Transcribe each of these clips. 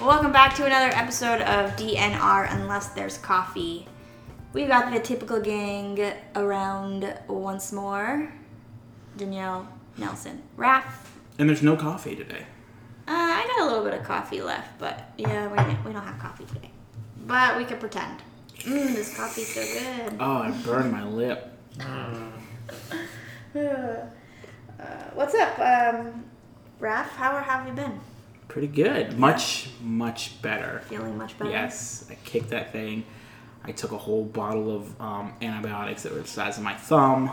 Welcome back to another episode of DNR Unless There's Coffee. We've got the typical gang around once more. Danielle, Nelson, Raph. And there's no coffee today. Uh, I got a little bit of coffee left, but yeah, we, we don't have coffee today. But we could pretend. Mmm, this coffee's so good. Oh, I burned my lip. Uh, what's up, um, Raph? How have you been? Pretty good. Much, much better. Feeling much better? Yes, I kicked that thing. I took a whole bottle of um, antibiotics that were the size of my thumb.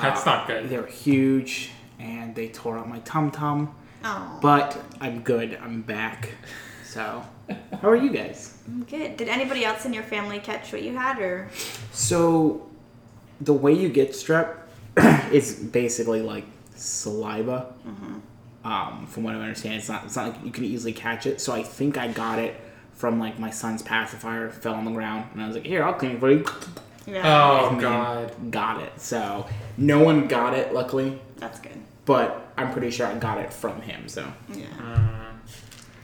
That's not good. They were huge, and they tore out my tum tum. Oh, But I'm good. I'm back. So, how are you guys? good. Did anybody else in your family catch what you had, or? So, the way you get strep is basically like saliva. Um, from what I understand, it's not it's not like you can easily catch it. So I think I got it from like my son's pacifier fell on the ground, and I was like, "Here, I'll clean it for you." Yeah, Oh And then god. got it. So no one got it, luckily, that's good. but I'm pretty sure I got it from him. So Yeah,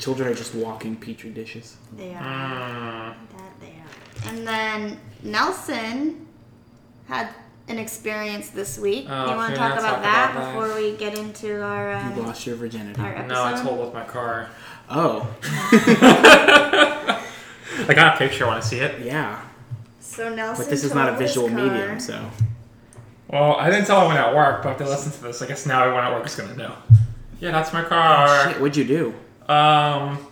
children are just walking petri dishes. they are. Mm. That they are. And then Nelson had an experience this week. Oh, you want to can talk I about talk that about that? before we get into our You um, lost your virginity. our episode? No, I told with my car. Oh, I got a picture. Want to see it? yeah, So Nelson. but this is not a totaled his visual car. medium, so Well, I didn't tell everyone at work, but if they listen to this, I guess now everyone at work is gonna know. Yeah, that's my car. shit, what'd you do? Um,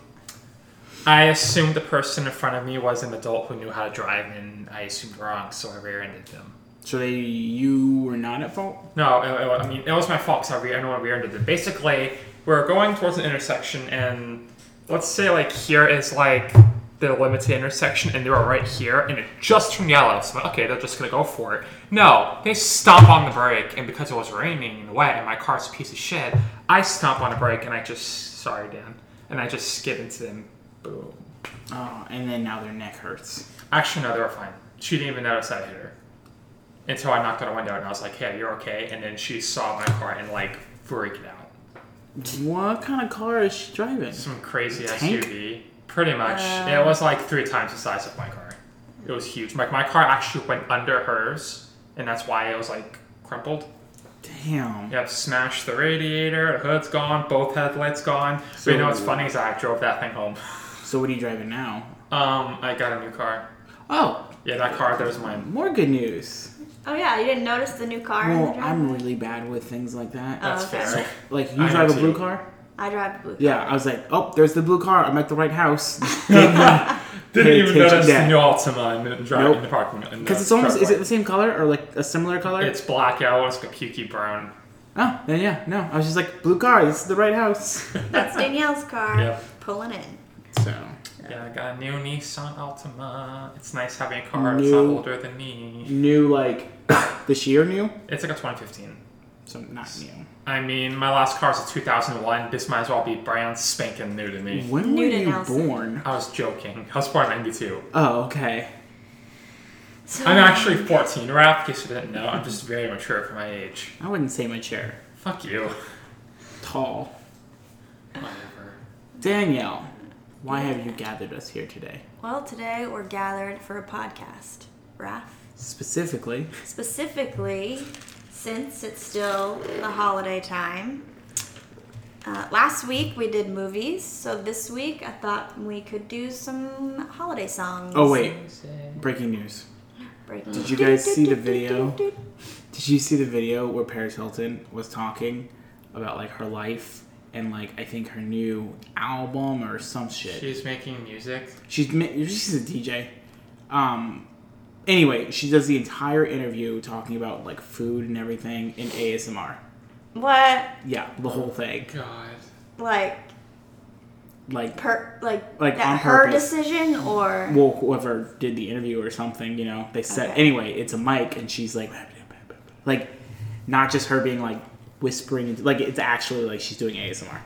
I assumed the person in front of me was an adult who knew how to drive, and I assumed wrong, so I rear-ended them. So they, you were not at fault. No, it, it- I mean it was my fault because I re- I know I rear-ended them. Basically, we're going towards an intersection, and let's say like here is like the limit to the intersection, and they were right here, and it just turned yellow. So I'm like, okay, they're just gonna go for it. No, they stomp on the brake, and because it was raining and wet, and my car's a piece of shit, I stomp on the brake, and I just sorry Dan, and I just skid into them. Boom. Oh, and then now their neck hurts. Actually, no, they were fine. She didn't even notice I hit her. Until I knocked on a window and I was like, hey, you're okay. And then she saw my car and like freaked out. What kind of car is she driving? Some crazy Tank? SUV. Pretty much. it was like three times the size of my car. It was huge. Like my car actually went under hers, and that's why it was like crumpled. Damn. Yep, smashed the radiator, the hood's gone, both headlights gone. but you know what's So- funny is I drove that thing home. So what are you driving now? Um, I got a new car. Oh, Yeah, that car that was mine. more good news. Oh yeah, you didn't notice the new car. in the Well, driveway? I'm really bad with things like that. That's okay. fair. Like you I am drive a blue too. car? I drive blue. Yeah. I was like, oh, there's the blue car. I'm at the right house. Because Didn't Pay even attention notice the to new Altima in the drive Nope. in the parking lot. Because it's almost is it the same color or like a similar color? It's black. Yeah, I want to go pukey brown. oh, then yeah, no. I was just like, blue car. This is the right house. That's Danielle's car. Yep. Pulling in. So Yeah, I got a new Nissan Altima. It's nice having a car that's New. not older than me. new, like this year new. It's like a 2015. So not new. I mean, my last car is a 2001. This might as well be brand spanking new to me. When were New to you Nelson. born? I was joking. I was born in 92. Oh, okay. So, I'm actually 14, Rap, in case you didn't know. I'm just very mature for my age. I wouldn't say mature. Fuck you. Tall. Whatever. Danielle, why have you gathered us here today? Well, today we're gathered for a podcast. Raph. Specifically, specifically since it's still the holiday time. Uh, last week we did movies, so this week I thought we could do some holiday songs. oh wait, breaking news. Break- Did you guys see the video? Did you see the video where Paris Hilton was talking about like her life and like I think her new album or some shit? She's making music. She's ma- she's a DJ. Um, anyway, she does the entire interview talking about like food and everything in ASMR. What Yeah, the whole thing. God. like Like per like, Like, that on her purpose. decision or well, whoever did the interview or something, you know, they said Okay. anyway, it's a mic, and she's like, like, not just her being like whispering, into, like it's actually like she's doing ASMR.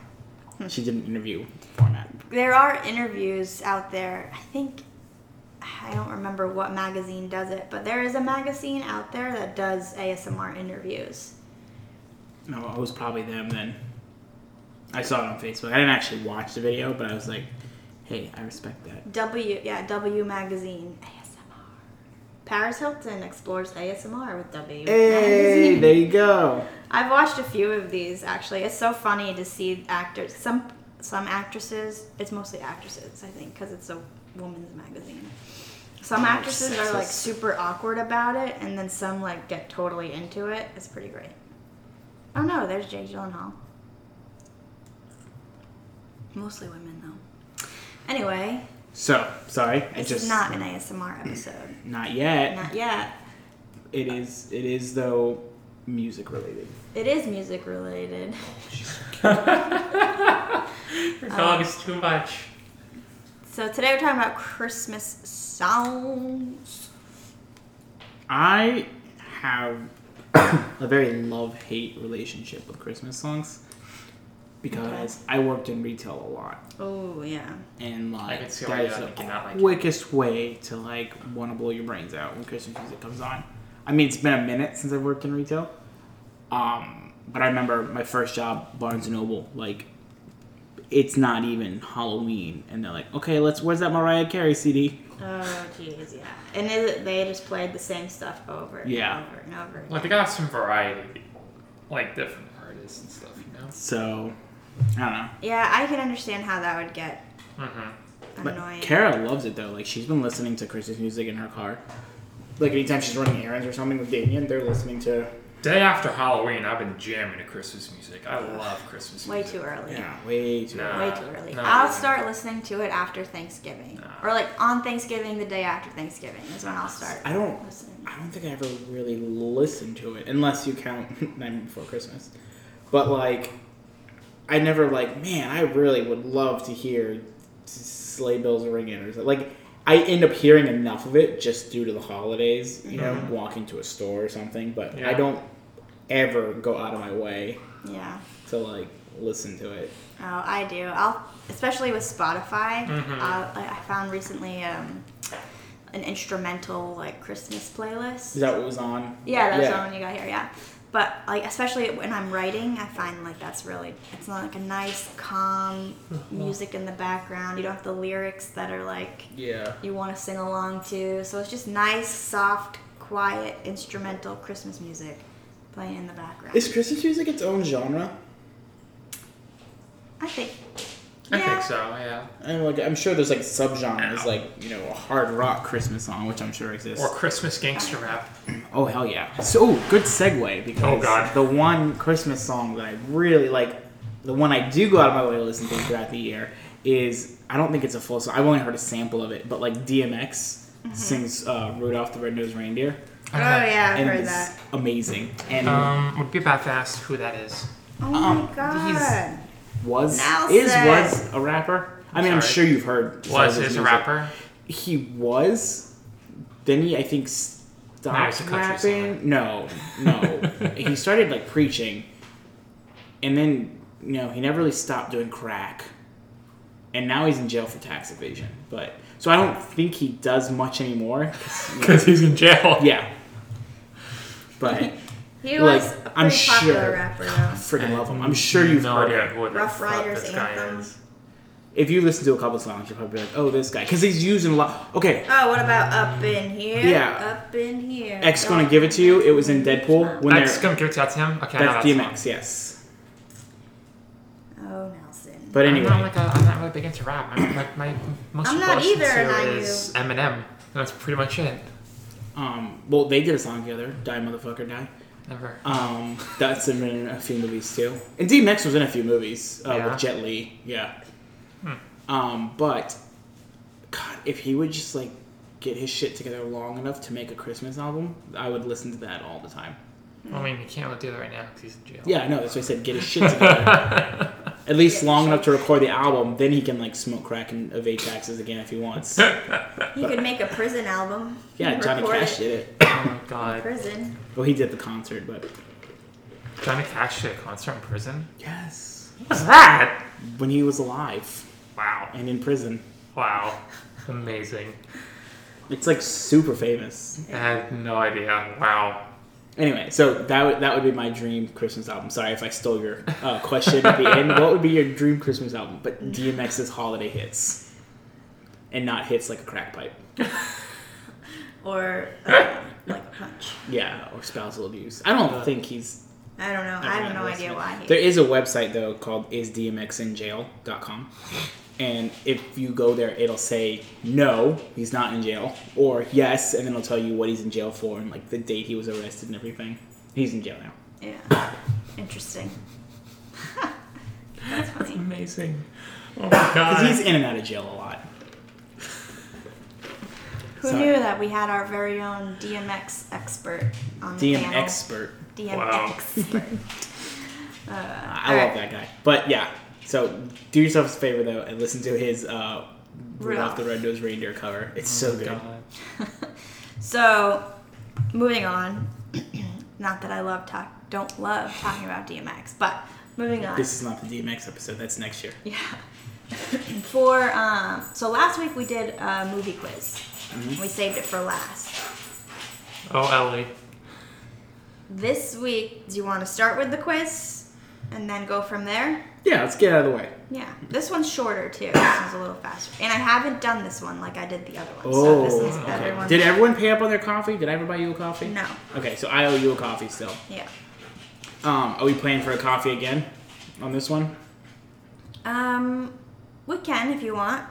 She did an interview format. there are interviews out there. I think I don't remember what magazine does it, but there is a magazine out there that does ASMR interviews. No, it was probably them then. I saw it on Facebook. I didn't actually watch the video, but I was like, hey, I respect that. W yeah W magazine ASMR. Paris Hilton explores ASMR with W Hey, magazine. there you go. I've watched a few of these actually. It's so funny to see actors. Some some actresses. It's mostly actresses, I think, because it's a woman's magazine. Some actresses are like Oh, sexist. super awkward about it, and then some like get totally into it. It's pretty great. Oh no, there's Jake Gyllenhaal. Mostly women though. Anyway, So, sorry. I it's just Eh. not an ASMR episode. not yet. not yet. It is it is though music related. It is music related. Your dog is too much. So today we're talking about Christmas songs. I have a very love hate relationship with Christmas songs because I worked in retail a lot, Oh yeah. and I can like see why that is you the cannot like it. quickest way to like want to blow your brains out when Christmas music comes on. I mean, it's been a minute since I've worked in retail, um, but I remember my first job, Barnes and Noble, like. It's not even Halloween, and they're like, "Okay, let's." Where's that Mariah Carey CD? Oh jeez, yeah. And it, they just played the same stuff over and Yeah. over and over. Again. Like they got some variety, like different artists and stuff, you know. So, I don't know. Yeah, I can understand how that would get Mm-hmm. annoying. But Kara loves it though. Like she's been listening to Christmas music in her car. Like anytime she's running errands or something with Damien, they're listening to Day after Halloween, I've been jamming to Christmas music. I love Christmas Way music. too early. yeah, way too. Nah. Way too early. No. I'll start listening to it after Thanksgiving, Nah. or like on Thanksgiving, the day after Thanksgiving is when I'll start. I don't. listening. I don't think I ever really listened to it unless you count Nightmare Before Christmas. But like, I never like. Man, I really would love to hear sleigh bells ringing or something. like. I end up hearing enough of it just due to the holidays, you know, Mm-hmm. Mhm. walking to a store or something. But Yeah. I don't ever go out of my way Yeah. to like listen to it. Oh, I do. I'll especially with Spotify. Mhm. Uh, I I found recently um, an instrumental like Christmas playlist. Is that what was on? yeah, that's yeah. the one you got here. Yeah, but like especially when I'm writing, I find like that's really it's not like a nice calm music in the background. You don't have the lyrics that are like Yeah. you want to sing along to. So it's just nice, soft, quiet instrumental Christmas music playing in the background. Is Christmas music its own genre? I think. I yeah. think so. Yeah. I'm like, I'm sure there's like subgenres, like you know, a hard rock Christmas song, which I'm sure exists. Or Christmas gangster rap. oh hell yeah! So ooh, good segue because Oh, God. the one Christmas song that I really like, the one I do go out of my way to listen to throughout the year is I don't think it's a full song. I've only heard a sample of it, but like DMX Mm-hmm. sings uh, "Rudolph the Red-Nosed Reindeer" Oh yeah, I've and heard it's that. amazing. And Um, would be about to ask who that is. Oh my um, he's- god. was Now is said. was a rapper. I mean, I'm Sorry. sure you've heard. some of Was his is a music. rapper? He was. Then he, I think, stopped Now he's a country singer. rapping. No, no. he started like preaching, and then you know he never really stopped doing crack, and now he's in jail for tax evasion. But so I don't think he does much anymore. 'cause, you know, Because he's in jail. yeah. But He Like, was a pretty I'm popular sure- rapper though. freaking love him. I'm sure you've no heard idea it. who the Rough fuck Riders this guy Anthem. is. If you listen to a couple songs, you'll probably be like, "Oh, this guy," because he's using a lot. Okay, Oh, what about up in here? Yeah. Up in here. X gonna give it to you. It was in Deadpool when That's they're gonna give it out to him. Okay, I know that's that song. DMX, yes. Oh, Nelson. But I'm not, anyway, like a, I'm not really big into rap. I'm like my most I'm not people I listen either, to and I is Eminem. And That's pretty much it. um, well, they did a song together, "Die Motherfucker Die." Never. Um, that's been in a few movies too, and DMX was in a few movies uh, Yeah. Hmm. with Jet Li, yeah. Um, but God, if he would just like get his shit together long enough to make a Christmas album, I would listen to that all the time. I mean, he can't really do that right now because he's in jail. Yeah, I know. That's why I said get his shit together. At least Get long shit. enough to record the album, then he can like smoke crack and evade taxes again if he wants. He could make a prison album. Yeah, He'd Johnny record Cash it did it. Oh my in god. Prison. Well, he did the concert, but Johnny Cash did a concert in prison. yes, What was that? when he was alive Wow. and in prison, Wow. Amazing. it's like super famous. I had no idea. Wow. Anyway, so that would that would be my dream Christmas album. Sorry if I stole your uh, question at the end. What would be your dream Christmas album? But DMX's holiday hits, and not hits like a crack pipe. or uh, like a punch. Yeah, or spousal abuse. I don't Uh, think he's. I don't know. I have no idea why. There He, is a website though called isdmxinjail.com, and if you go there, it'll say no, he's not in jail, or yes, and then it'll tell you what he's in jail for and like the date he was arrested and everything. He's in jail now. yeah, interesting. That's funny. Amazing. Oh my god. Because he's in and out of jail a lot. Who Sorry. knew that we had our very own DMX expert on the DM panel? expert. DMX Wow. expert. uh, I love that guy. But yeah, so do yourself a favor though and listen to his uh, Rudolph. Rudolph the Red-Nosed Reindeer cover. It's so good. Oh God. So, moving on. Not that I love talk, don't love talking about DMX, but moving on. This is not the DMX episode. That's next year. Yeah. for um, so last week we did a movie quiz. Mm-hmm. We saved it for last. Oh, Ellie. This week, do you want to start with the quiz and then go from there? Yeah, let's get out of the way. Yeah. This one's shorter too. This one's a little faster. And I haven't done this one like I did the other one. so Oh, this one's okay. everyone's- Did everyone pay up on their coffee? Did I ever buy you a coffee? No. Okay, so I owe you a coffee still. Yeah. Um, are we playing for a coffee again on this one? Um, we can if you want.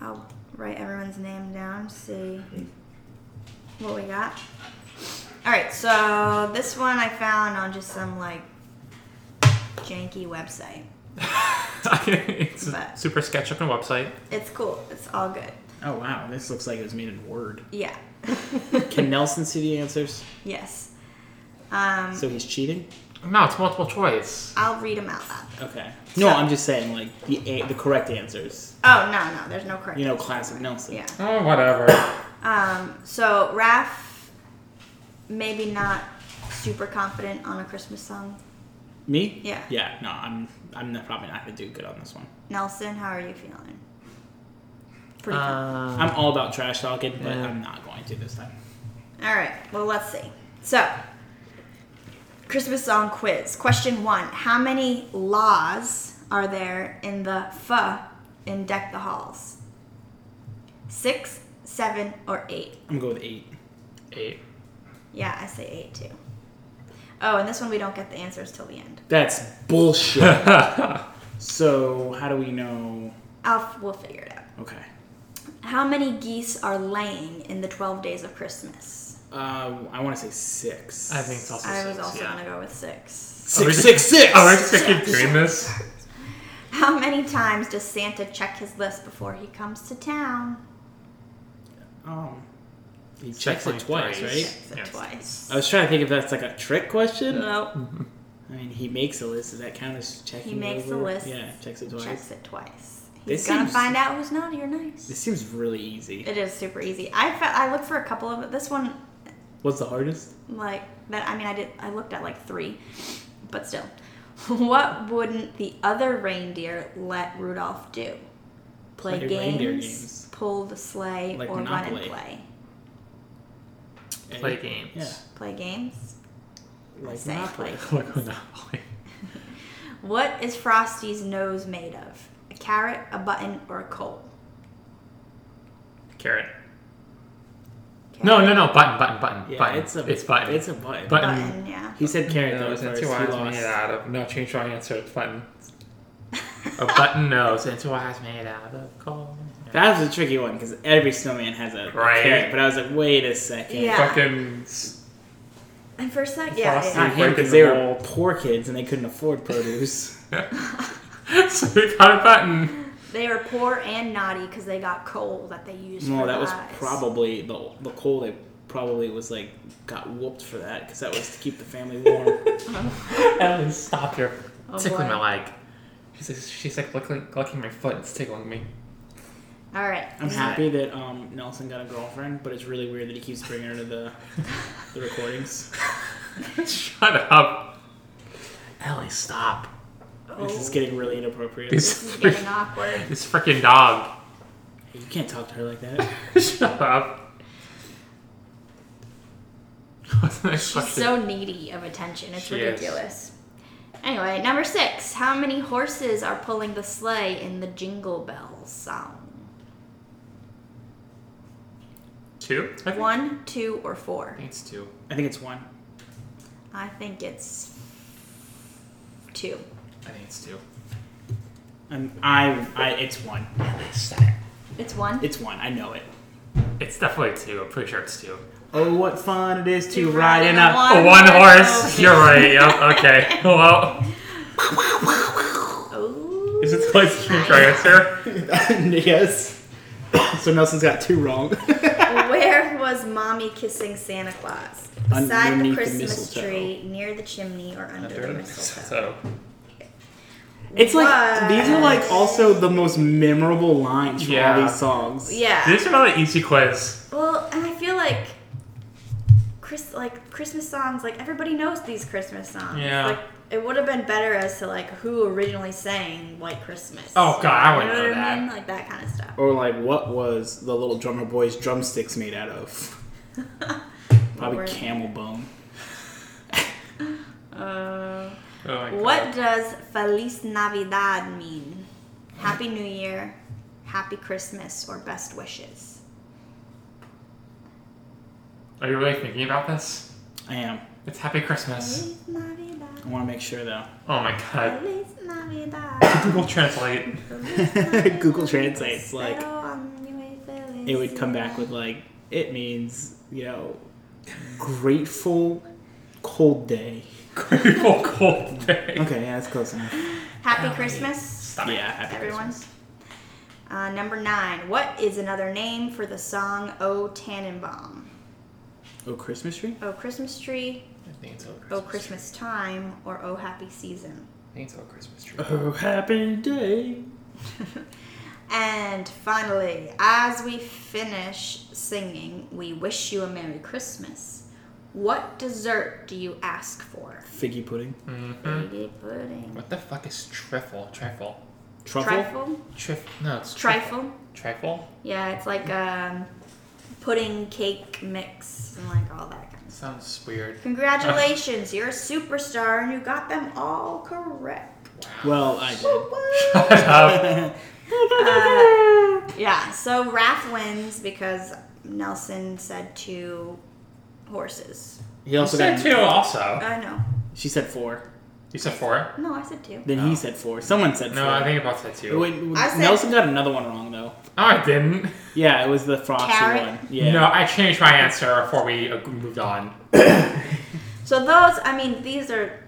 I'll write everyone's name down. See what we got. All right, so this one I found on just some like janky website. it's a But- super sketch looking website. It's cool. It's all good. Oh wow, this looks like it was made in Word. Yeah. Can Nelson see the answers? yes. Um, So he's cheating? No, it's multiple choice. I'll read them out loud. Okay. No, So- I'm just saying like the a- the correct answers. Oh no, no, there's no correct. You know, classic Nelson. Yeah. Oh, whatever. Um, so Raph, maybe not super confident on a Christmas song. Me? Yeah. Yeah. No, I'm I'm not, probably not gonna do good on this one. Nelson, how are you feeling? Pretty good. I'm Um, all about trash talking, but Yeah. I'm not going to this time. All right. Well, let's see. So, Christmas song quiz. Question one How many laws are there in the pho in Deck the Halls? Six, seven, or eight? I'm gonna go with eight. eight. Yeah, I say eight too. Oh, and this one we don't get the answers till the end. That's bullshit. so how do we know? I'll, we'll figure it out. Okay. How many geese are laying in the 12 days of Christmas? Uh, I want to say six. I think it's also I was six, also yeah. going to go with six. Oh, we six, just- six, six. Oh, we're just gonna keep doing this. How many times does Santa check his list before he comes to town? Um, he Check checks it twice, right? Checks it twice. I was trying to think if that's like a trick question. Nope. I mean, he makes a list. Does that count as checking? He makes over? a list. Yeah, checks it twice. Checks it twice. He's This gonna seems- find out who's naughty or nice. This seems really easy. It is super easy. I fe- I looked for a couple of This one, What's the hardest? like that. I mean, I did. I looked at like three, but still. What wouldn't the other reindeer let Rudolph do? Play, Play games, reindeer games. pull the sleigh, Like or run Monopoly. and play. Play games. Yeah. Play games. Like Say Monopoly. Look on that boy. What is Frosty's nose made of? A carrot, a button, or a coal? Carrot. No, no, no. Button, button, button. Yeah, button. it's a button. It's a button. Button. Button, yeah. He said carrot No, though it's first. into He eyes lost. made out of. No, change your answer. It's button. a button nose. Into eyes made out of coal. That was a tricky one because every snowman has a a Right. carrot. But I was like, wait a second. Yeah. Fucking. And for a sec, yeah, Frosty. yeah. Not him Breaking because they the were mold. poor kids and they couldn't afford produce. so we got a button. They were poor and naughty because they got coal that they used. no, for that was eyes. probably the the coal they probably was like got whooped for that because that was to keep the family warm. Ellen, stop her. Oh, tickling boy. my leg. She's like, she's like licking, licking my foot. It's tickling me. All right. I'm happy that um, Nelson got a girlfriend, but it's really weird that he keeps bringing her to the the recordings. Shut up. Ellie, stop. Oh, This is getting really inappropriate. These- this is getting awkward. This freaking dog. You can't talk to her like that. Shut up. Next She's question. so needy of attention. It's She is. ridiculous. Anyway, number six. How many horses are pulling the sleigh in the Jingle Bells song? two. I think. One, two, or I four? think it's two. I think it's one. I think it's two. I think it's two. And I, I, it's one. It's one. It's one. I know it. It's definitely two. I'm pretty sure it's two. Oh, what fun it is to To ride ride in in a. a Oh, I'm one not horse. joking. You're right. Yep. Okay. Well, Oh. is it the last your answer? yes. so Nelson's got two wrong. Where was mommy kissing Santa Claus? Beside Underneath the the Christmas mistletoe. tree, near the chimney, or under, the mistletoe. So it's like these are like also the most memorable lines from all Yeah. these songs. Yeah. this is another easy quiz. Well, and I feel like Chris, like Christmas songs, like everybody knows these Christmas songs. Yeah. Like it would have been better as to like who originally sang White Christmas. Oh, God, I wouldn't you know, know what I that. mean? Like that kind of stuff. Or like, what was the little drummer boy's drumsticks made out of? Probably Lord. camel bone. Uh, Oh my what does Feliz Navidad mean? Happy New Year, Happy Christmas, or best wishes? Are you really thinking about this? I am. It's Happy Christmas. Feliz Navidad. I want to make sure though. Oh my god. Feliz Navidad. Google Translate. Feliz Navidad. Google translates, like, Settle on your way, Feliz It would come back with like, it means you know, grateful cold day. Google cold day. Okay, yeah, that's close enough. Happy Christmas. Stop it. Yeah, happy everyone. Christmas. Uh, number nine. What is another name for the song "O Tannenbaum"? Oh, Christmas tree. "O Christmas Tree," I think it's all Christmas. "O Oh, Christmas Time," or "O Happy Season." I think it's all Christmas tree. Oh, happy day. And finally, as we finish singing, we wish you a Merry Christmas. What dessert do you ask for? Figgy pudding. Hmm? Mm-hmm. Figgy pudding. What the fuck is trifle? Trifle. Truffle. Trifle? Trif. No, it's Trifle? Trifle. Yeah, it's like um, pudding cake mix and like all that kind of stuff. Sounds weird. Congratulations, you're a superstar and you got them all correct. Well, I did. Uh, Uh, Yeah, so Raph wins because Nelson said two horses. Uh, He also You said got. two. Also, I know. She said four. you said four. No, I said two. Then he said four. Someone said four. Oh. No, I think about said two. Wait, w- I said- Nelson got another one wrong though. No, I didn't. Yeah, it was the frosty Carrot? one. Yeah. No, I changed my answer before we uh, moved on. So those, I mean, these are.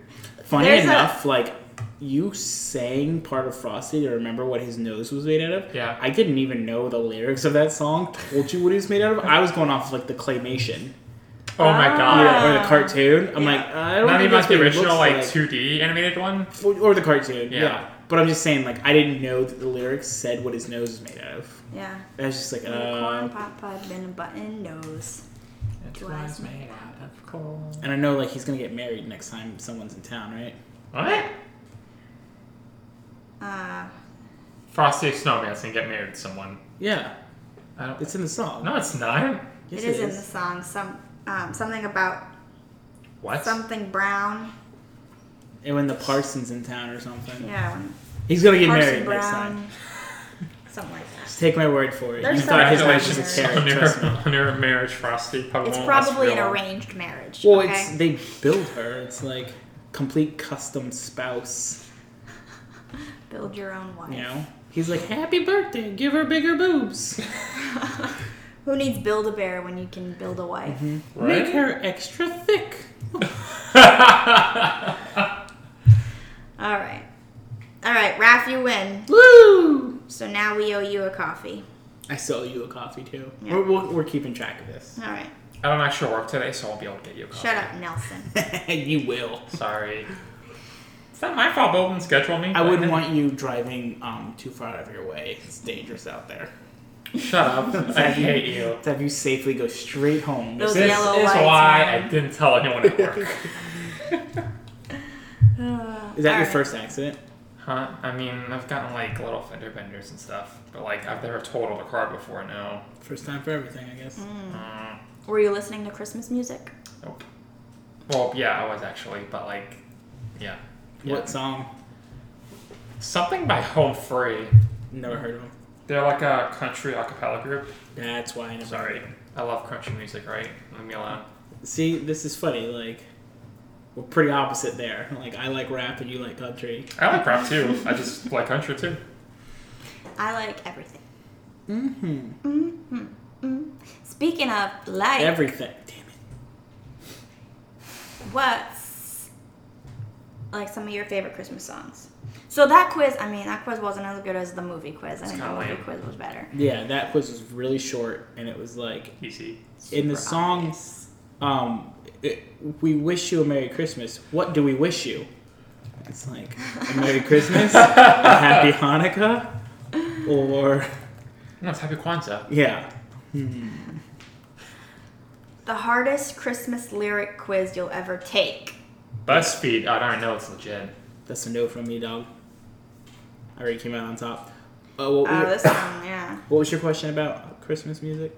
Funny There's a- enough, like you sang part of Frosty to remember what his nose was made out of. Yeah. I didn't even know the lyrics of that song. Told you what he was made out of. I was going off like the claymation Oh my god. or the cartoon. I'm Ah. Yeah. like, Ah. I don't Not think even that's like the what it original, looks like 2D animated one. Or- or the cartoon. Yeah. Yeah. But I'm just saying, like, I didn't know that the lyrics said what his nose is made out of. Yeah. I was just like, Unicorn, uh, pop pipe, been a button, nose. It was made out of coal. and I know like he's gonna get married next time someone's in town, right? What? Uh, Frosty Snowman's gonna get married to someone. Yeah, I don't. it's in the song. No, it's not. Yes, it is, in the song. Some um, Something about What? something brown. And when the parson's in town or something, Yeah. when- he's gonna get Parson married next time. Something like that. Just take my word for it. There's you thought his wife was Congratulations a on carrot. Trust your, me. on your marriage, Frosty. Probably It's won't last probably an real long. arranged marriage. Well, okay? it's they build her. It's like complete custom spouse. Build your own wife. You know, he's like, happy birthday, give her bigger boobs, Who needs build a bear when you can build a wife? make her extra thick. Mm-hmm. All right. All right, Raph, you win. Woo! So now we owe you a coffee. I still owe you a coffee too. Yeah. We're, we're, we're keeping track of this. All right. I don't actually work today, so I won't be able to get you a coffee. Shut up, Nelson. you will. Sorry. It's not my fault Bolton scheduled me. I wouldn't want you driving um, too far out of your way. It's dangerous out there. Shut up. I hate you. To have you safely go straight home. Those This yellow is lights. why man. I didn't tell anyone at work. Uh, Is that all your right. first accident? huh? I mean, I've gotten like little fender benders and stuff, but like I've never totaled a car before. No. Mm-hmm. First time for everything, I guess. Mm, Were you listening to Christmas music? nope. Well, yeah, I was actually, but like, yeah. yeah. What song? Something by Home Free. Never heard of him. They're like a country a cappella group. That's why I never. Sorry. I love country music, right? Leave me alone. See, this is funny. Like, we're pretty opposite there. Like, I like rap and you like country. I like rap too. I just like country too. I like everything. Mm-hmm. Mm-hmm. Mm. Speaking of like, Everything. Damn it. what's like some of your favorite Christmas songs? So that quiz, I mean, that quiz wasn't as good as the movie quiz. I think the kinda movie lame. quiz was better. Yeah, that quiz was really short, and it was like Easy. in the Super song, obvious. um, it, "We wish you a Merry Christmas." What do we wish you? It's like a Merry Christmas, a Happy Hanukkah, or No, it's Happy Kwanzaa. yeah, the hardest Christmas lyric quiz you'll ever take. BuzzFeed. I don't know. It's legit. that's a no from me, dog. I already came out on top. Oh, what, Oh, were your- this one, yeah. what was your question about Christmas music?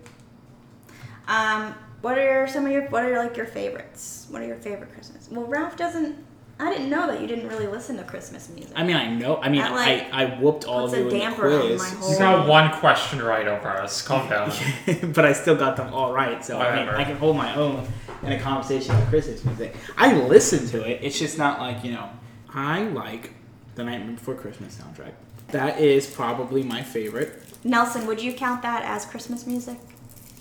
Um, what are some of your what are like your favorites? What are your favorite Christmas? Well, Ralph doesn't. I didn't know that you didn't really listen to Christmas music. I mean, I know. I mean, That, like, I, I whooped all of puts a you in the damper on quiz, my whole- You got one question right over us. Calm down. but I still got them all right. So I mean, Whatever. I can hold my own in a conversation with Chris's music. I listen to it. It's just not like you know. I like the Night Before Christmas soundtrack. That is probably my favorite. Nelson, would you count that as Christmas music?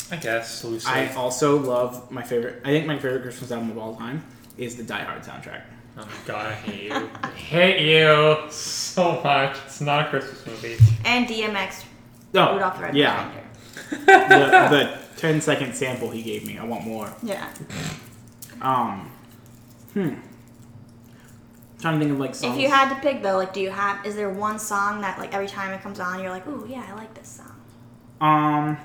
I guess loosely. I also love my favorite. I think my favorite Christmas album of all time is the Die Hard soundtrack. Oh my god, I hate you. I hate you so much. It's not a Christmas movie. And DMX Oh, Rudolph the Red yeah, Nosed the, the 10 second sample he gave me. I want more. Reindeer. Yeah. Um, hmm. Trying to think of like songs. If you had to pick though, like, do you have? Is there one song that like every time it comes on, you're like, ooh, yeah, I like this song. Um,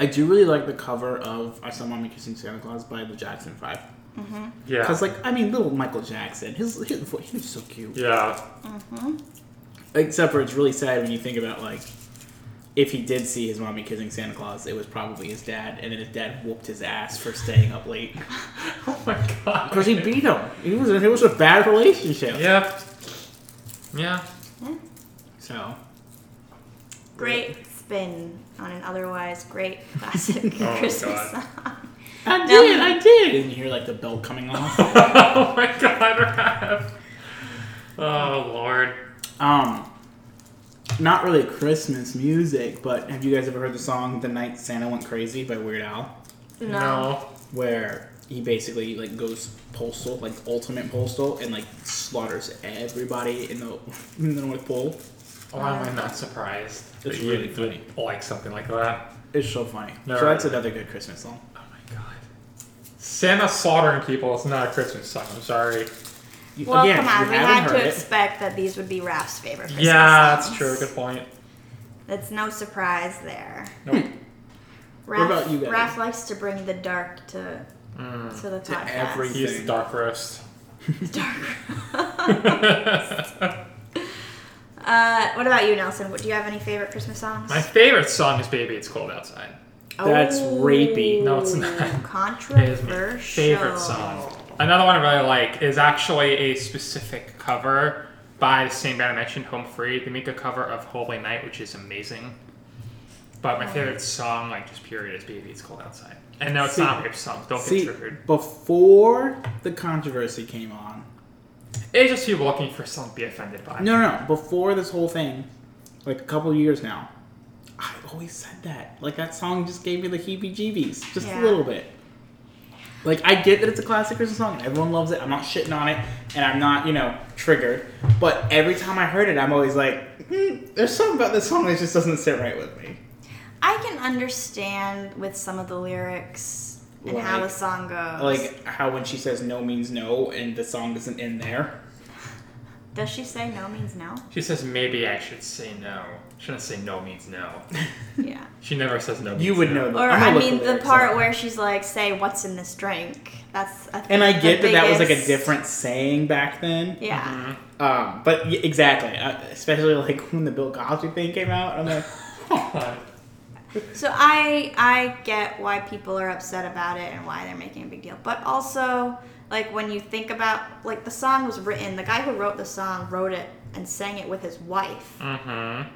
I do really like the cover of "I Saw Mommy Kissing Santa Claus" by the Jackson Five. Yeah. Cause like I mean, little Michael Jackson, his his voice he was so cute. yeah. Except for it's really sad when you think about like, if he did see his mommy kissing Santa Claus, it was probably his dad, and then his dad whooped his ass for staying up late Oh my god. because he beat him. He was it was a bad relationship. Yep. Yeah. So Great spin on an otherwise great classic Oh, Christmas God. song. I did, did, I did. And you hear like the belt coming off. oh my god, Raph. Oh lord. Um, not really Christmas music, but have you guys ever heard the song "The Night Santa Went Crazy" by Weird Al, where he basically like goes postal, like ultimate postal, and like slaughters everybody in the in the North Pole? Why Oh, am I not surprised? It's that you really would funny. Like something like that. It's so funny. No, so that's right. another good Christmas song. Oh my god. Santa slaughtering people is not a Christmas song. I'm sorry. You- Well, again, come if on, you we haven't had to heard it- expect that these would be Raph's favorite. Christmas yeah, that's songs. true. Good point. It's no surprise there. Nope. Raph, about you guys? Mm. Raph likes to bring the dark to to the To podcast. every- He's the dark roast. dark. uh, what about you, Nelson? What, do you have any favorite Christmas songs? My favorite song is Baby It's Cold Outside. That's rapey. No, it's not. It is my Oh, Controversial. favorite song. Another one I really like is actually a specific cover by the same band I mentioned, Home Free. They make a cover of Holy Night, which is amazing. But Oh. my favorite song, like just period, is Baby It's Cold Outside. And no, it's See- not a rape song. Don't See, get triggered. before the controversy came on, It's just people looking for something to be offended by. No, no, no. Before this whole thing, like a couple years now, I always said that. Like that song just gave me the heebie-jeebies, just Yeah. a little bit. Like I get that it's a classic Christmas song. and Everyone loves it. I'm not shitting on it, and I'm not, you know, triggered. But every time I heard it, I'm always like, mm, "There's something about this song that just doesn't sit right with me." I can understand with some of the lyrics and how the Like- song goes. Like how when she says "no" means no, and the song isn't in there. does she say no means no? She says maybe I should say no. Shouldn't say no means no. Yeah. She never says no. You means would no. know. that. Or I'm gonna I look mean, the lyrics part up. where she's like, "Say what's in this drink." That's I think, And I get the that that was like a biggest- different saying back then. Yeah. Mm-hmm. Um, but y- exactly, uh, especially like when the Bill Cosby thing came out, I'm like, huh, But So I I get why people are upset about it and why they're making a big deal. But also, like when you think about like the song was written, the guy who wrote the song wrote it and sang it with his wife. Mm-hmm.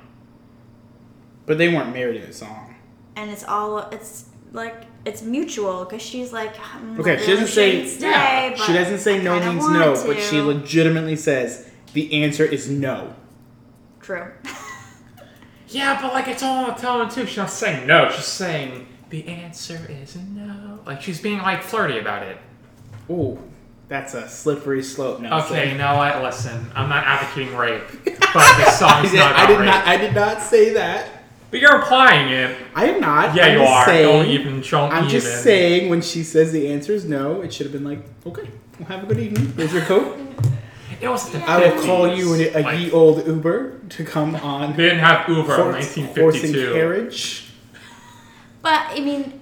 But they weren't married in the song. and it's all it's like it's mutual because she's like "Mm, Okay, I she doesn't really say. shouldn't stay, yeah, but she doesn't say I no kinda means want no, to." but she legitimately says the answer is no. true. Yeah, but like it's all on tone too. She's not saying no. She's saying the answer is no. Like she's being like flirty about it. Ooh, that's a slippery slope. Now, Okay, you know what? Listen, I'm not advocating rape, but this I song's did, not about I did rape. not. I did not say that. But you're implying it. I am not. Yeah, I'm you just are. Saying, Don't even. Don't I'm even. just saying when she says the answer is no, it should have been like, okay, well, have a good evening. Here's your coat. It was the I will call you in 50s. a Like, ye old Uber to come on They didn't have Uber in horse, horse and 1952. carriage. But I mean,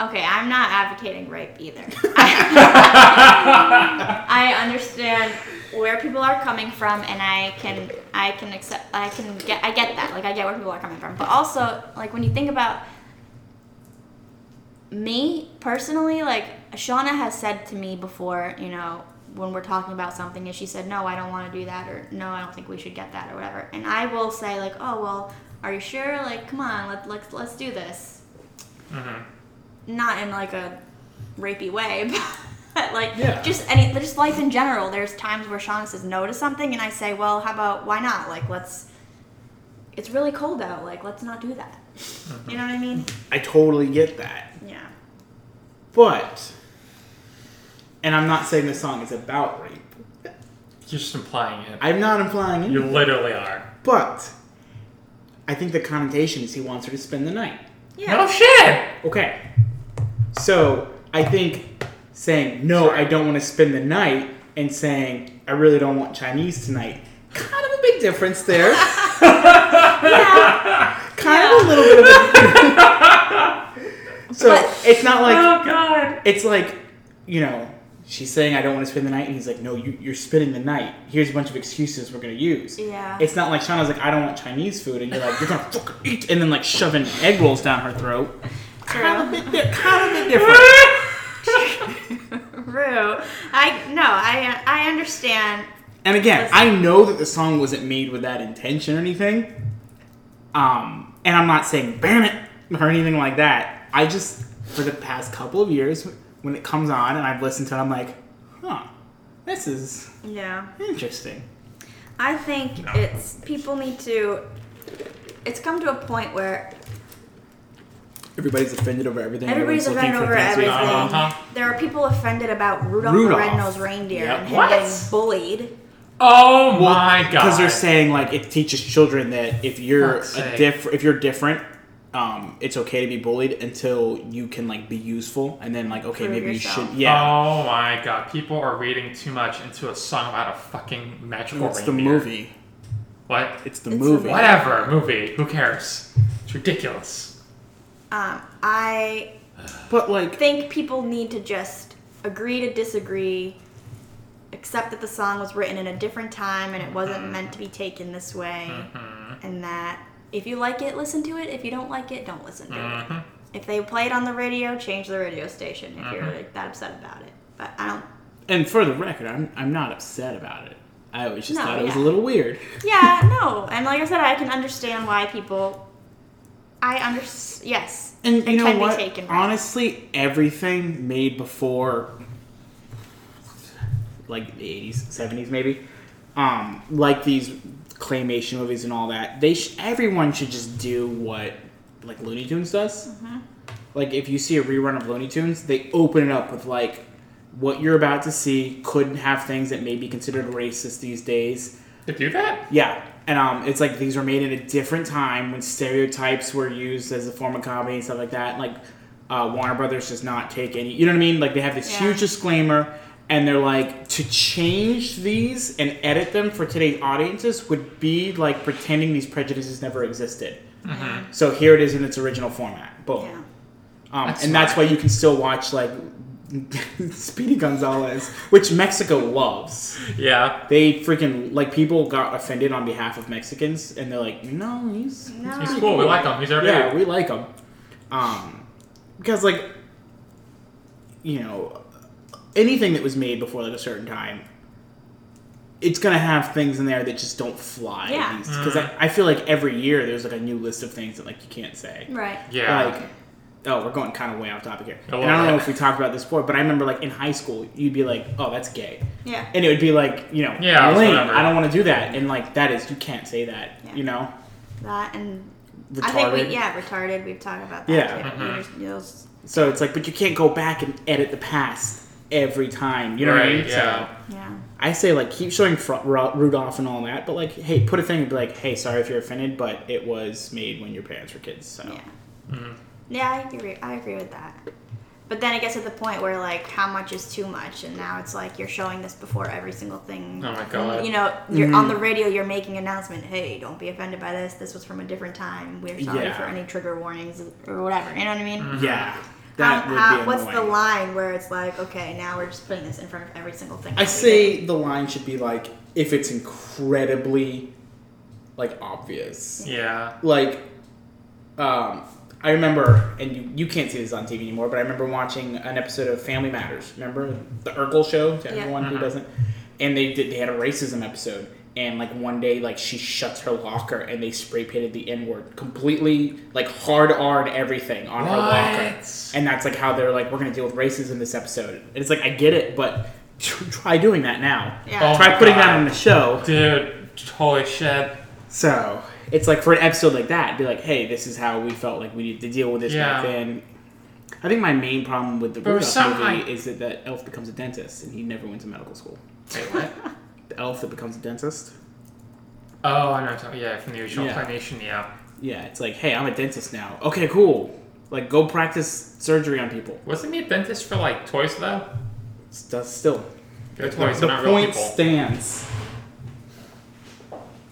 okay, I'm not advocating rape either. I understand where people are coming from, and I can I can accept I can get I get that like I get where people are coming from. But also like when you think about me personally, like Shauna has said to me before, you know, when we're talking about something, and she said, "No, I don't want to do that," or "No, I don't think we should get that," or whatever. And I will say like, "Oh well, are you sure? Like, come on, let let's let's do this." Mm-hmm. Not in like a rapey way, but like Yeah. just any just life in general. There's times where Shauna says no to something, and I say, "Well, how about why not? Like, let's." It's really cold out. Like, let's not do that. Mm-hmm. You know what I mean? I totally get that. Yeah. But, and I'm not saying the song is about rape. You're just implying it. I'm not implying You it. literally are. But, I think the connotation is he wants her to spend the night. Yeah. No shit. Okay. So, I think saying, no, I don't want to spend the night, and saying, I really don't want Chinese tonight, kind of a big difference there. kind of a little bit of a. so, But- it's not like. oh god. it's like, you know, she's saying I don't want to spend the night, and he's like, no, you, you're spending the night. Here's a bunch of excuses we're gonna use. Yeah. It's not like Shauna's like, I don't want Chinese food, and you're like, you're gonna fucking eat, and then like shoving egg rolls down her throat. Kind of a bit, di- kind of a bit different. Rue, I no, I I understand. And again, I know that the song wasn't made with that intention or anything. Um, and I'm not saying ban it or anything like that. I just, for the past couple of years, when it comes on and I've listened to it, I'm like, huh, this is Yeah, interesting. I think it's people need to. It's come to a point where Everybody's offended over everything. everybody's offended over everything. Uh-huh. There are people offended about Rudolph, Rudolph. the Red-Nosed Reindeer Yep. and him What? getting bullied. Oh my god. Because they're saying like it teaches children that if you're Fuck's a sake. diff- if you're different, um, it's okay to be bullied until you can like be useful, and then like okay Prove maybe you yourself. should yeah. Oh my god. People are reading too much into a song about a fucking magical it's the reindeer. movie. What? It's the It's the movie. movie. Oh, Whatever. Movie. Who cares? It's ridiculous. Um, I But like think people need to just agree to disagree, accept that the song was written in a different time and it Mm-hmm. wasn't meant to be taken this way, and that if you like it, listen to it. If you don't like it, don't listen to Mhm. it. If they play it on the radio, change the radio station if you're Mm-hmm. like, that upset about it. But I don't. and for the record, I'm I'm not upset about it. I always just No, thought it was a yeah. little weird. Yeah, no. And like I said, I can understand why people. I understand. Yes. And you it know can what? be taken. wrong. Honestly, everything made before like the eighties, seventies, maybe, um, like these claymation movies and all that. They sh- everyone should just do what like Looney Tunes does. Mm-hmm. Like if you see a rerun of Looney Tunes, they open it up with like what you're about to see could have things that may be considered racist these days. They do that? Yeah. And um, it's like these were made at a different time when stereotypes were used as a form of comedy and stuff like that. Like uh, Warner Brothers does not take any, you know what I mean? Like they have this Yeah. huge disclaimer, and they're like to change these and edit them for today's audiences would be like pretending these prejudices never existed. So here it is in its original format. Boom. Mm-hmm. Yeah. Um, That's and that's why you can still watch like Speedy Gonzalez, which Mexico loves. Yeah. They freaking like people got offended on behalf of Mexicans, and they're like, no, he's No. He's cool. We like him. He's our yeah, dude. we like him. Um, because like, you know, anything that was made before like a certain time, it's gonna have things in there that just don't fly. Yeah. Because I, I feel like every year there's like a new list of things that like you can't say. Right. Yeah. Like, oh, we're going kind of way off topic here. And A I little don't know bit. if we talked about this before, but I remember like in high school, you'd be like, oh, that's gay. Yeah. And it would be like, you know, Yeah, it's lame, whatever. I don't want to do that. And like, that is, you can't say that, Yeah. you know? That and Retarded. I think we yeah retarded. We've talked about that. Yeah. Too. Mhm. You're just- you'll s- So it's like, but you can't go back and edit the past every time. You know what I Right, mean? yeah. So yeah. I say like keep showing Fro- Ru- Rudolph and all that, but like, hey, put a thing and be like, hey, sorry if you're offended, but it was made when your parents were kids. So Yeah. Mm-hmm. Yeah, I agree. I agree with that. But then it gets to the point where like how much is too much, and now it's like you're showing this before every single thing. Oh my God. You know, you're on Mm-hmm. the radio. You're making an announcement. Hey, don't be offended by this. This was from a different time. We're sorry Yeah. for any trigger warnings or whatever. You know what I mean? Mm-hmm. yeah, that How- would how- be what's the annoying. line where it's like, okay, now we're just putting this in front of every single thing? I that we do. say the line should be like if it's incredibly like obvious. yeah. Like um I remember and you, you can't see this on TV anymore, but I remember watching an episode of Family Matters. Remember the Urkel show to Yeah. everyone Uh-huh. who doesn't? And they did they had a racism episode and like one day like she shuts her locker and they spray painted the N word completely like hard R and everything on her locker. What? And that's like how they're like, we're gonna deal with racism this episode. And it's like I get it, but try doing that now. Yeah. Oh. Try putting that God. on the show. Dude, holy shit. So it's like for an episode like that, be like, hey, this is how we felt like we needed to deal with this Yeah. back then. I think my main problem with the But Rudolph somehow- movie is that that elf becomes a dentist and he never went to medical school. Wait, what? The elf that becomes a dentist. Oh, I know. what you're talking- Yeah, from the original Yeah. Plantation, yeah. Yeah, it's like, hey, I'm a dentist now. Okay, cool. Like, go practice surgery on people. Wasn't he a dentist for, like, toys, though? S- Does still. They're toys, the they're not real point people. stands.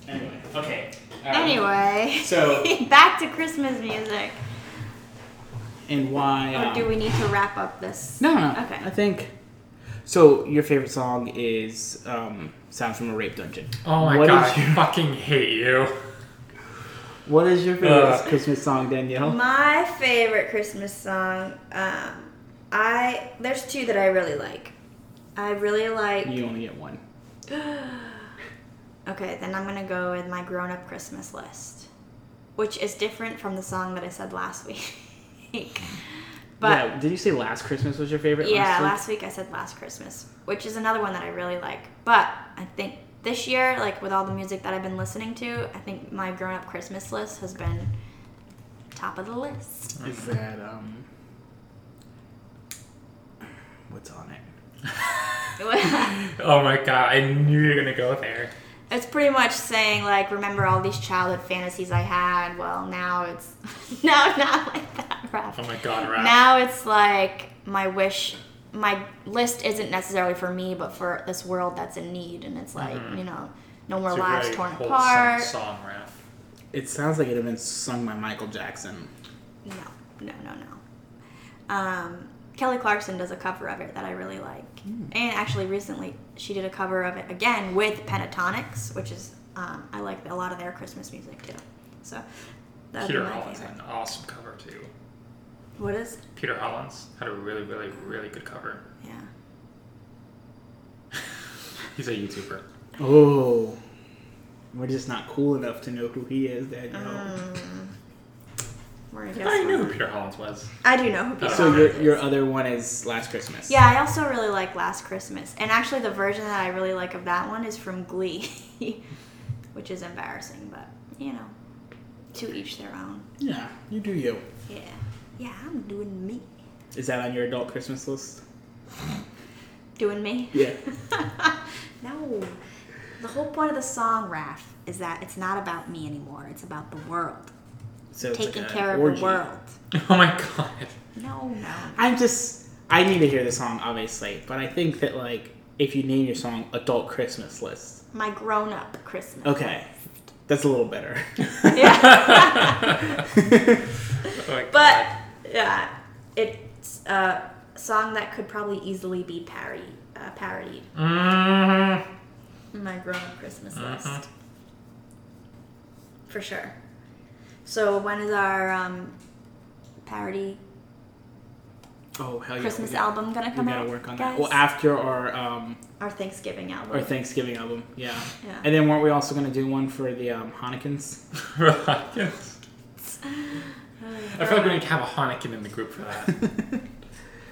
Anyway, okay. Um, Anyway. So- back to Christmas music. And why? Or um, do we need to wrap up this? No, no. Okay. I think. So your favorite song is um, "Sounds from a Rape Dungeon." Oh my What god, is I your- fucking hate you. what is your favorite Ugh. Christmas song, Danielle? My favorite Christmas song. Um, I there's two that I really like. I really like. You only get one. Okay, then I'm gonna go with my grown-up Christmas list, which is different from the song that I said last week. but yeah, did you say "Last Christmas" was your favorite? yeah, last last week I said Last Christmas, which is another one that I really like. But I think this year, like with all the music that I've been listening to, I think my grown-up Christmas list has been top of the list. week? Is that um? What's on it? Oh my god, I knew you were gonna go there. It's pretty much saying like, remember all these childhood fantasies I had. Well, now it's no, not like that, Raph. Oh my god, Raph. Now it's like my wish, my list isn't necessarily for me, but for this world that's in need, and it's like you know, no more It's a lives very torn wholesome apart. Song, Raph. It sounds like it had been sung by Michael Jackson. No, no, no, no. Um, Kelly Clarkson does a cover of it that I really like, and actually recently she did a cover of it again with Pentatonics, which is um, I like a lot of their Christmas music too. So that'd Peter be my Hollins had favorite. an awesome cover too. What is? Peter Hollins had a really, really, really good cover. Yeah. He's a YouTuber. Oh, we're just not cool enough to know who he is, Danielle. Mm. We're gonna guess I knew one. who Peter Hollins was. I do know who Peter So Hollins your your is. other one is "Last Christmas." Yeah, I also really like Last Christmas, and actually the version that I really like of that one is from Glee, which is embarrassing, but you know, to each their own. Yeah, you do you. Yeah. Yeah, I'm doing me. Is that on your adult Christmas list? Doing me? Yeah. no. The whole point of the song, Raph, is that it's not about me anymore. It's about the world. So it's Taking like a care of orgy. the world. Oh my god. No, no. I'm just I need to hear the song obviously, but I think that like if you name your song adult Christmas list. My grown up Christmas. Okay. That's a little better. Yeah. Oh my but, yeah, it's uh, song that could probably easily be parody, uh, parodied. Mm-hmm. My grown-up Christmas Mhm. Mm-hmm. list. For sure. So when is our um, parody Oh hell yeah! Christmas we got- album gonna We come out? gotta work on that. guys? Well, after our um, our Thanksgiving album. our Thanksgiving album, yeah. Yeah. And then weren't we also gonna do one for the um, Hanukins? Right. Mm-hmm. I feel like we Uh, didn't have a Honikin in the group for that.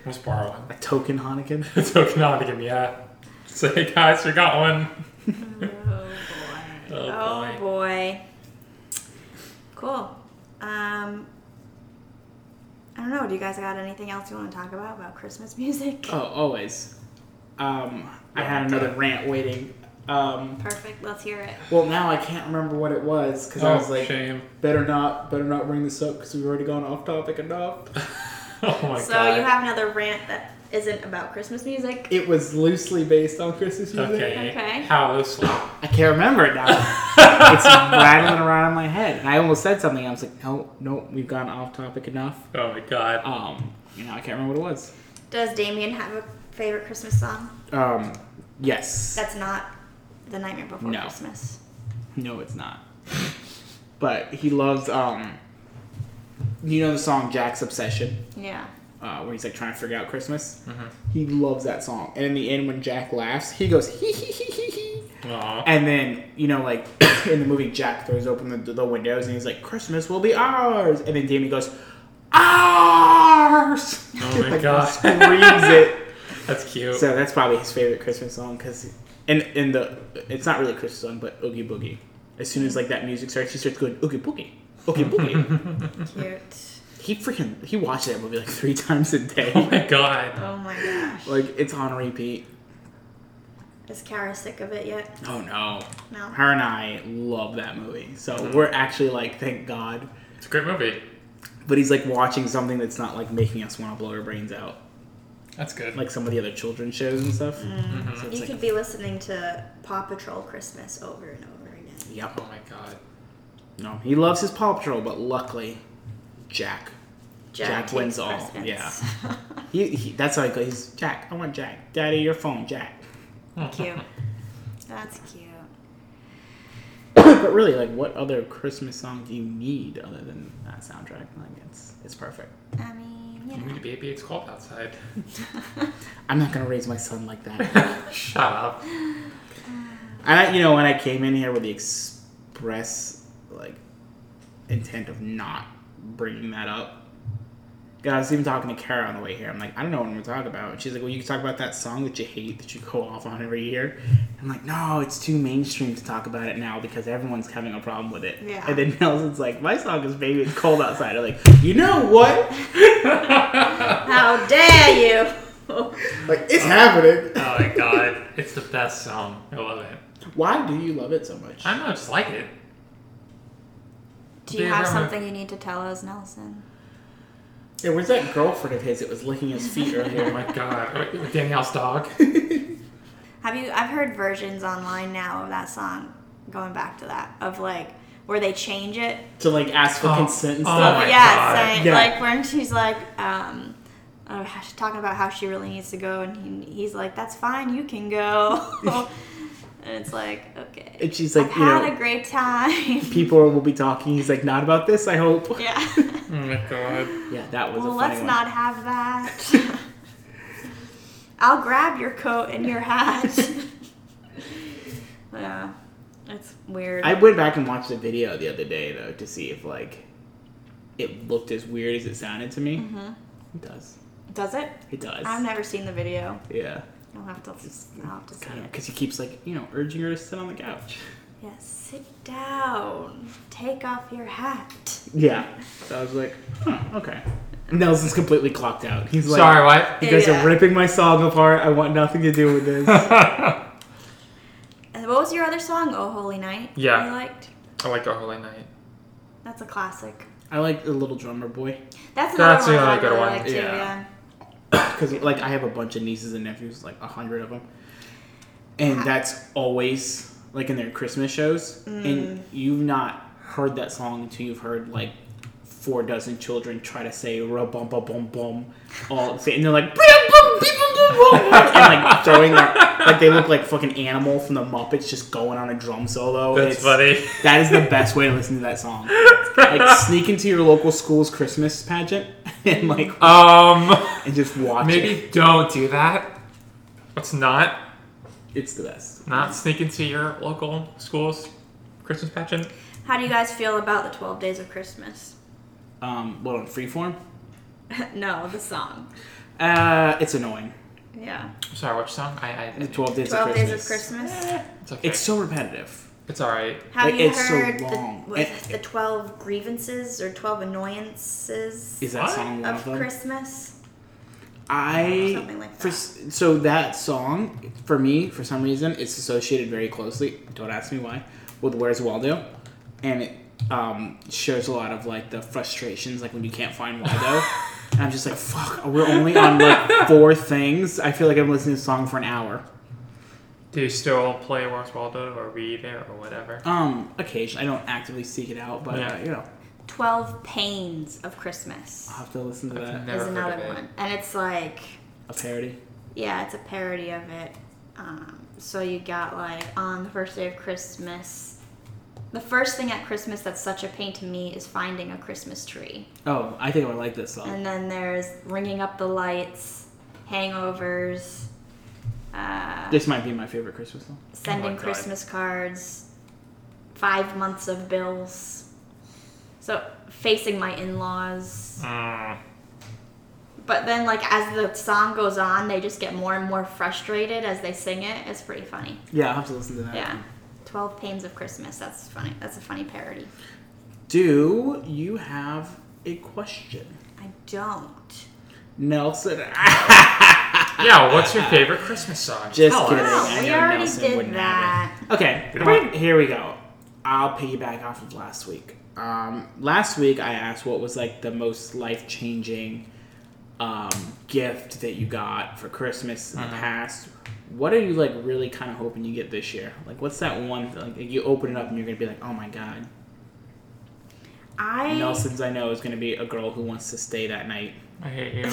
Let's borrow one. A token Hanukin? It's okay, Honikin, yeah. Say, hey guys, we got one. Oh boy. Oh, boy. boy. Cool. Um, I don't know. Do you guys got anything else you want to talk about about Christmas music? Oh, always. Um, I Yeah, had okay. another rant waiting. Um, Perfect. Let's hear it. well, now I can't remember what it was because I Oh, was like, shame. better not, better not bring this up because we've already gone off topic enough. Oh my so god. you have another rant that isn't about Christmas music. It was loosely based on Christmas music. okay. Okay. How loosely? I can't remember it now. it's rattling around in my head, and I almost said something. I was like, no, no, we've gone off topic enough. Oh my god. Um, you know, I can't remember what it was. Does Damien have a favorite Christmas song? Um, yes. That's not The Nightmare Before No. Christmas. No, it's not. But he loves um you know the song Jack's Obsession, Yeah. uh, where he's like trying to figure out Christmas. He loves that song, and in the end, when Jack laughs, he goes hee hee hee hee hee. Oh. Aw. And then you know, like in the movie, Jack throws open the, the windows and he's like, "Christmas will be ours," and then Damien goes, "Ours!" Oh my Like, God. Oh. screams it. That's cute. So that's probably his favorite Christmas song because, and and the it's not really a Christmas song, but Oogie Boogie. As soon as like that music starts, he starts going Oogie Boogie, Oogie Boogie. Cute. he freaking he watched that movie like three times a oh day. my god. Oh my gosh. like it's on repeat. Is Kara sick of it yet? Oh no, No. her and I love that movie, so we're actually like thank God. It's a great movie. But he's like watching something that's not like making us want to blow our brains out, That's good. like some of the other children's shows and stuff. Mm. Mm-hmm. So it's You like, could be listening to Paw Patrol Christmas over and over again. yep. oh my god. No, he loves his Paw Patrol, but luckily, Jack Jack takes wins all, Christmas. yeah. He, he, that's how he goes. He's, Jack, I want Jack. Daddy, your phone, Jack. Hmm. cute. That's cute. but really, like, what other Christmas song do you need other than that soundtrack? Like, it's it's perfect. I mean, you You know. need a baby. It's cold outside. I'm not gonna raise my son like that. Shut up. I, you know, when I came in here with the express like intent of not bringing that up. God, I was even talking to Kara on the way here. I'm like, I don't know what I'm gonna talk about. And she's like, Well, you can talk about that song that you hate that you go off on every year. I'm like, No, it's too mainstream to talk about it now because everyone's having a problem with it. Yeah. And then Nelson's like, My song is Baby It's Cold Outside. I'm like, You know what? Oh How dare you! Like, it's happening. Oh my god. It's the best song. I love it. Why do you love it so much? I don't know. I just like it. Do you Yeah, have I'm a- something you need to tell us, Nelson? Yeah, where's that girlfriend of his that was licking his feet Oh earlier? my god. Wait, Danielle's dog. Have you? I've heard versions online now of that song, going back to that of like where they change it. to like ask for Oh. consent and Oh stuff. my yeah, God. saying Yeah. like when she's like, um, uh, she's talking about how she really needs to go, and he, he's like, "That's fine, you can go." and it's like, okay. oh. And she's like, I've you had know, a great time. people will be talking. He's like, not about this, I hope. yeah. Oh my god. Yeah, that was Well, a funny let's one. not have that. I'll grab your coat and your hat. yeah, it's weird. I went back and watched the video the other day though to see if like it looked as weird as it sounded to me. Mm. Mm-hmm. It does. Does it? It does. I've never seen the video. yeah, I'll have to. I'll have to see kind of it. because he keeps like you know urging her to sit on the couch. Yeah, sit down. Take off your hat. Yeah. So I was like, huh, okay. Nelson's completely clocked out. He's like, Sorry, what? You guys Yeah. are ripping my song apart. I want nothing to do with this. I And what was your other song? Oh, Holy Night. Yeah. You liked. like a holy night. That's a classic. I like the little drummer boy. That's another That's one another I good really one, like too. yeah. Yeah. because like I have a bunch of nieces and nephews, like a hundred of them, and Ha- that's always like in their Christmas shows, and you've not heard that song until you've heard like four dozen children try to say bum bum bum bum all at the same- and they're like "Bum, bum, bee, bum, bum, bum," and like throwing their, like they look like fucking animal from the Muppets just going on a drum solo. It's- That's funny. That is the best way to listen to that song. Like sneak into your local school's Christmas pageant and like Um, and just watch it. maybe don't do that. Let's not It's the best. not sneak into your local school's Christmas pageant. How do you guys feel about the 12 Days of Christmas? Um, what on Freeform? no, the song. Uh, it's annoying. Yeah. I'm sorry, which song? I, I The Twelve Days 12 of Days Christmas. of Christmas. it's okay. It's so repetitive. it's all right. Have Like, you it's so heard long. The, what is It- it, the 12 grievances or 12 annoyances Is that What? song one of, of them? Christmas? I Something like for, s- so that song for me for some reason it's associated very closely. Don't ask me why. With Where's Waldo, and it um, shares a lot of like the frustrations like when you can't find Waldo. and I'm just like fuck. We're only on like four things. I feel like I'm listening to a song for an hour. Do you still play Where's Waldo or read it or whatever? Um, occasionally I don't actively seek it out, but uh, Yeah. you know 12 Pains of Christmas I'll have to listen to I've that. never is heard another of it. one. And it's like, A parody. yeah, it's a parody of it. Um, so you got like on the first day of Christmas. The first thing at Christmas that's such a pain to me is finding a Christmas tree. Oh, I think I would like this song. And then there's ringing up the lights, hangovers, uh, This might be my favorite Christmas song. sending Oh God. Christmas cards, five months of bills. So facing my in-laws. Mm. But then, like as the song goes on, they just get more and more frustrated as they sing it. It's pretty funny. Yeah, I'll have to listen to that. Yeah. Twelve Pains of Christmas. That's funny. That's a funny parody. Do you have a question? I don't. Nelson. Yeah, what's your favorite Christmas song? Just Tell us. kidding. Oh, I we know already Nelson did wouldn't that. have it. Okay, Did we? here we go. I'll piggyback off of last week. Um, last week, I asked what was like the most life changing um, gift that you got for Christmas in the past. What are you like really kind of hoping you get this year? Like, what's that one? Like, you open it up and you're gonna be like, oh my god. I Nelson's, I know, is gonna be a girl who wants to stay that night. I hate you.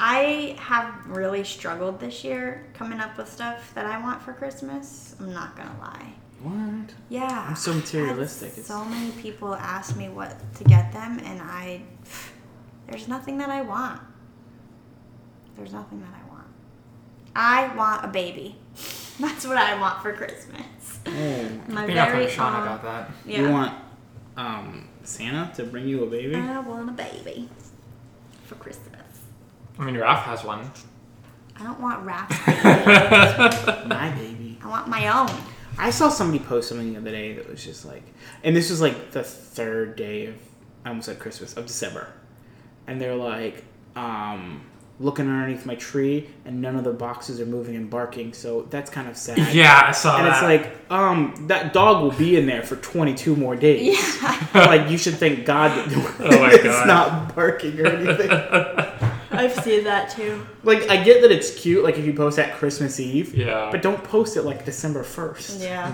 I have really struggled this year coming up with stuff that I want for Christmas. I'm not gonna lie. What? Yeah. I'm so I've had materialistic. It's- Ah, So many people ask me what to get them, and I. There's nothing that I want. There's nothing that I want. I want a baby. That's what I want for Christmas. Oh. My I think I've very heard Sean own- about that. Yeah. You want um, Santa to bring you a baby? I want a baby for Christmas. I mean, Ralph has one. I don't want Raph's baby. I My baby. I want my own. I saw somebody post something the other day that was just like, and this was like the third day of, I almost said Christmas, of December. And they're like, um, looking underneath my tree and none of the boxes are moving and barking, so that's kind of sad. yeah, I saw And it's that. like, um, that dog will be in there for 22 more days. Yeah. like, you should thank God that Oh my it's God. not barking or anything. I've seen that too. Like I get that it's cute, like if you post at Christmas Eve, yeah. but don't post it like December first. Yeah.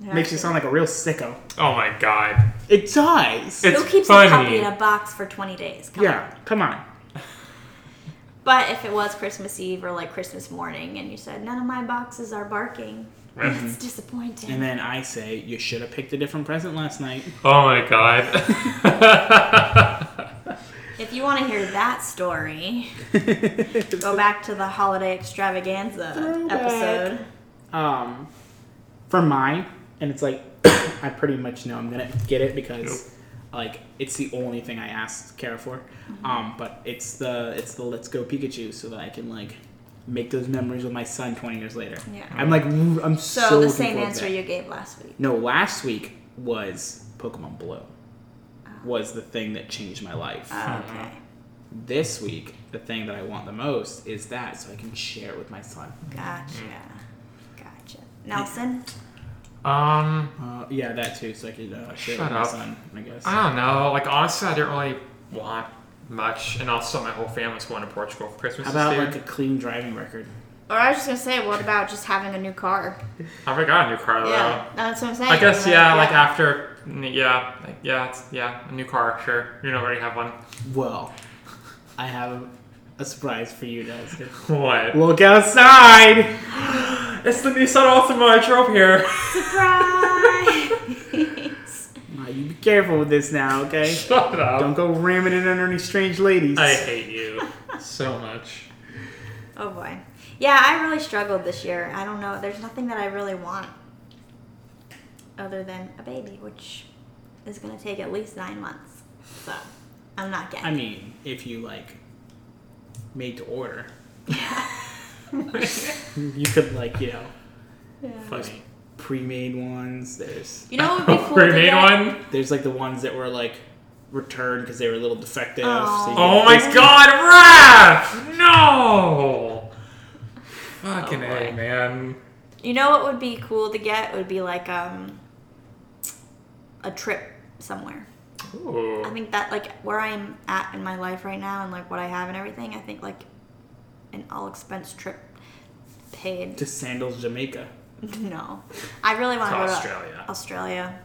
Makes you sound like a real sicko. oh my god. It does. It's Who keeps a puppy funny. in a box for 20 days? Come on. yeah, come on. But if it was Christmas Eve or like Christmas morning and you said, none of my boxes are barking, Right. that's disappointing. Mm-hmm. And then I say you should have picked a different present last night. Oh my god. if you want to hear that story, go back to the holiday extravaganza Throwback. episode. um, for mine, and it's like I pretty much know I'm gonna get it because like it's the only thing I asked Kara for. Mm-hmm. Um, but it's the it's the Let's Go Pikachu so that I can like make those memories with my son 20 years later. Yeah. I'm like ooh, I'm so, So, the looking same forward to answer that. you gave last week. No, last week was Pokemon Blue. Ah. Was the thing that changed my life. Oh, okay. This week, the thing that I want the most is that, so I can share it with my son. Gotcha. Mm. Gotcha. Nelson? um, Uh, yeah, that too, so I could uh, share it with Shut my up. son. I guess. I don't know. Like honestly, I didn't really want much, and also my whole family's going to Portugal for Christmas How about this year. like a clean driving record? Or I was just going to say, what about just having a new car? I forgot a new car though. Uh, That's what I'm saying. I guess yeah, like after Mm, Yeah, like, yeah, it's, yeah. A new car, sure. You don't already have one. Well, I have a surprise for you, Dustin. What? Look outside! It's the Nissan Altima I drove here. Surprise! Now, you be careful with this now, okay? Shut up. Don't go ramming it under any strange ladies. I hate you so much. oh boy. Yeah, I really struggled this year. I don't know. There's nothing that I really want other than a baby, which is going to take at least nine months. So I'm not getting I mean, if you like made to order, you could like you know Yeah. there's pre-made ones. There's You know what would be cool? to Pre-made get? one? there's like the ones that were like returned because they were a little defective. So Aw. you Oh get my this- god, Raph! No! Fucking Oh, A, boy. man. You know what would be cool to get would be like um a trip somewhere. Ooh. I think that like where I'm at in my life right now and like what I have and everything, I think like an all expense trip paid. To Sandals, Jamaica. No. I really want to To go Australia. to Australia.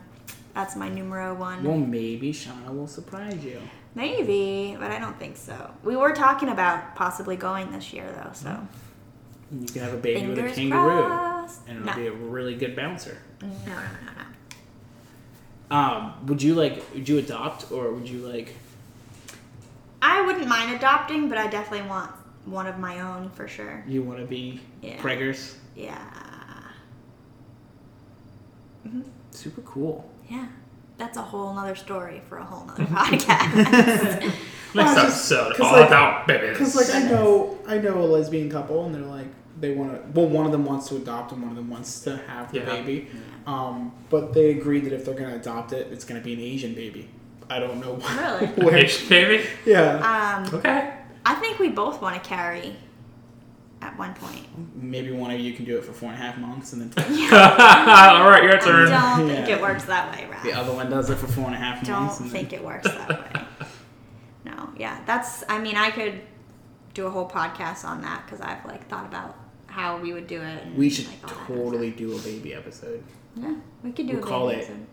That's my numero one. Well, maybe Shauna will surprise you. Maybe, but I don't think so. We were talking about possibly going this year though, so You can have a baby Hmm. with a fingers kangaroo, crossed. and it'll no. be a really good bouncer. no, no, no, no. Um, would you like? Would you adopt, or would you like? I wouldn't mind adopting, but I definitely want one of my own for sure. You want to be Yeah. preggers? Yeah. Super cool. Yeah. That's a whole nother story for a whole nother podcast. Next Well, just- episode, 'cause, all like- about babies. Because like I know I know a lesbian couple and they're like they want to well one of them wants to adopt and one of them wants to have the Yeah. baby, um, but they agreed that if they're gonna adopt it, it's gonna be an Asian baby. I don't know why. Really? where- Asian baby? yeah, um, Okay. I think we both want to carry at one point. maybe one of you can do it for four and a half months, and then Alright, your I turn. don't think Yeah. it works that way, Ralph. the other one does it for four and a half Don't months. and then- think it works that way. No, yeah, that's. I mean, I could do a whole podcast on that because I've like thought about how we would do it. And, we should like, all that kind of totally do a baby episode. stuff. Yeah, we could do. We'll a call baby it- episode.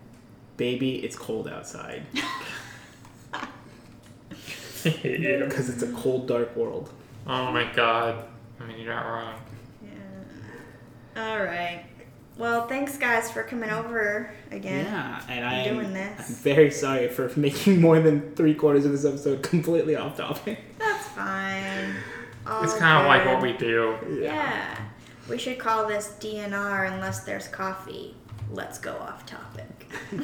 Baby, it's cold outside Yeah. because it's a cold, dark world. Oh my god. I mean, you're not wrong. Yeah. All right. Well, thanks guys for coming over again. Yeah, and I am doing this. I'm very sorry for making more than three quarters of this episode completely off topic. That's fine. It's All kind of like good. what we do. Yeah. We should call this DNR unless there's coffee. Let's go off topic.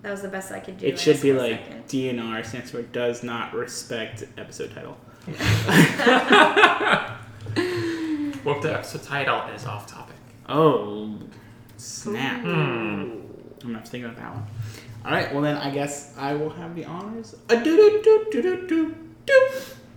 that was the best I could do. in It should a be split like second. DNR stands for does not respect episode title. What the episode title is off topic. Oh, snap. I'm gonna have to think about that one. All right, well then I guess I will have the honors. A do do do do do do do.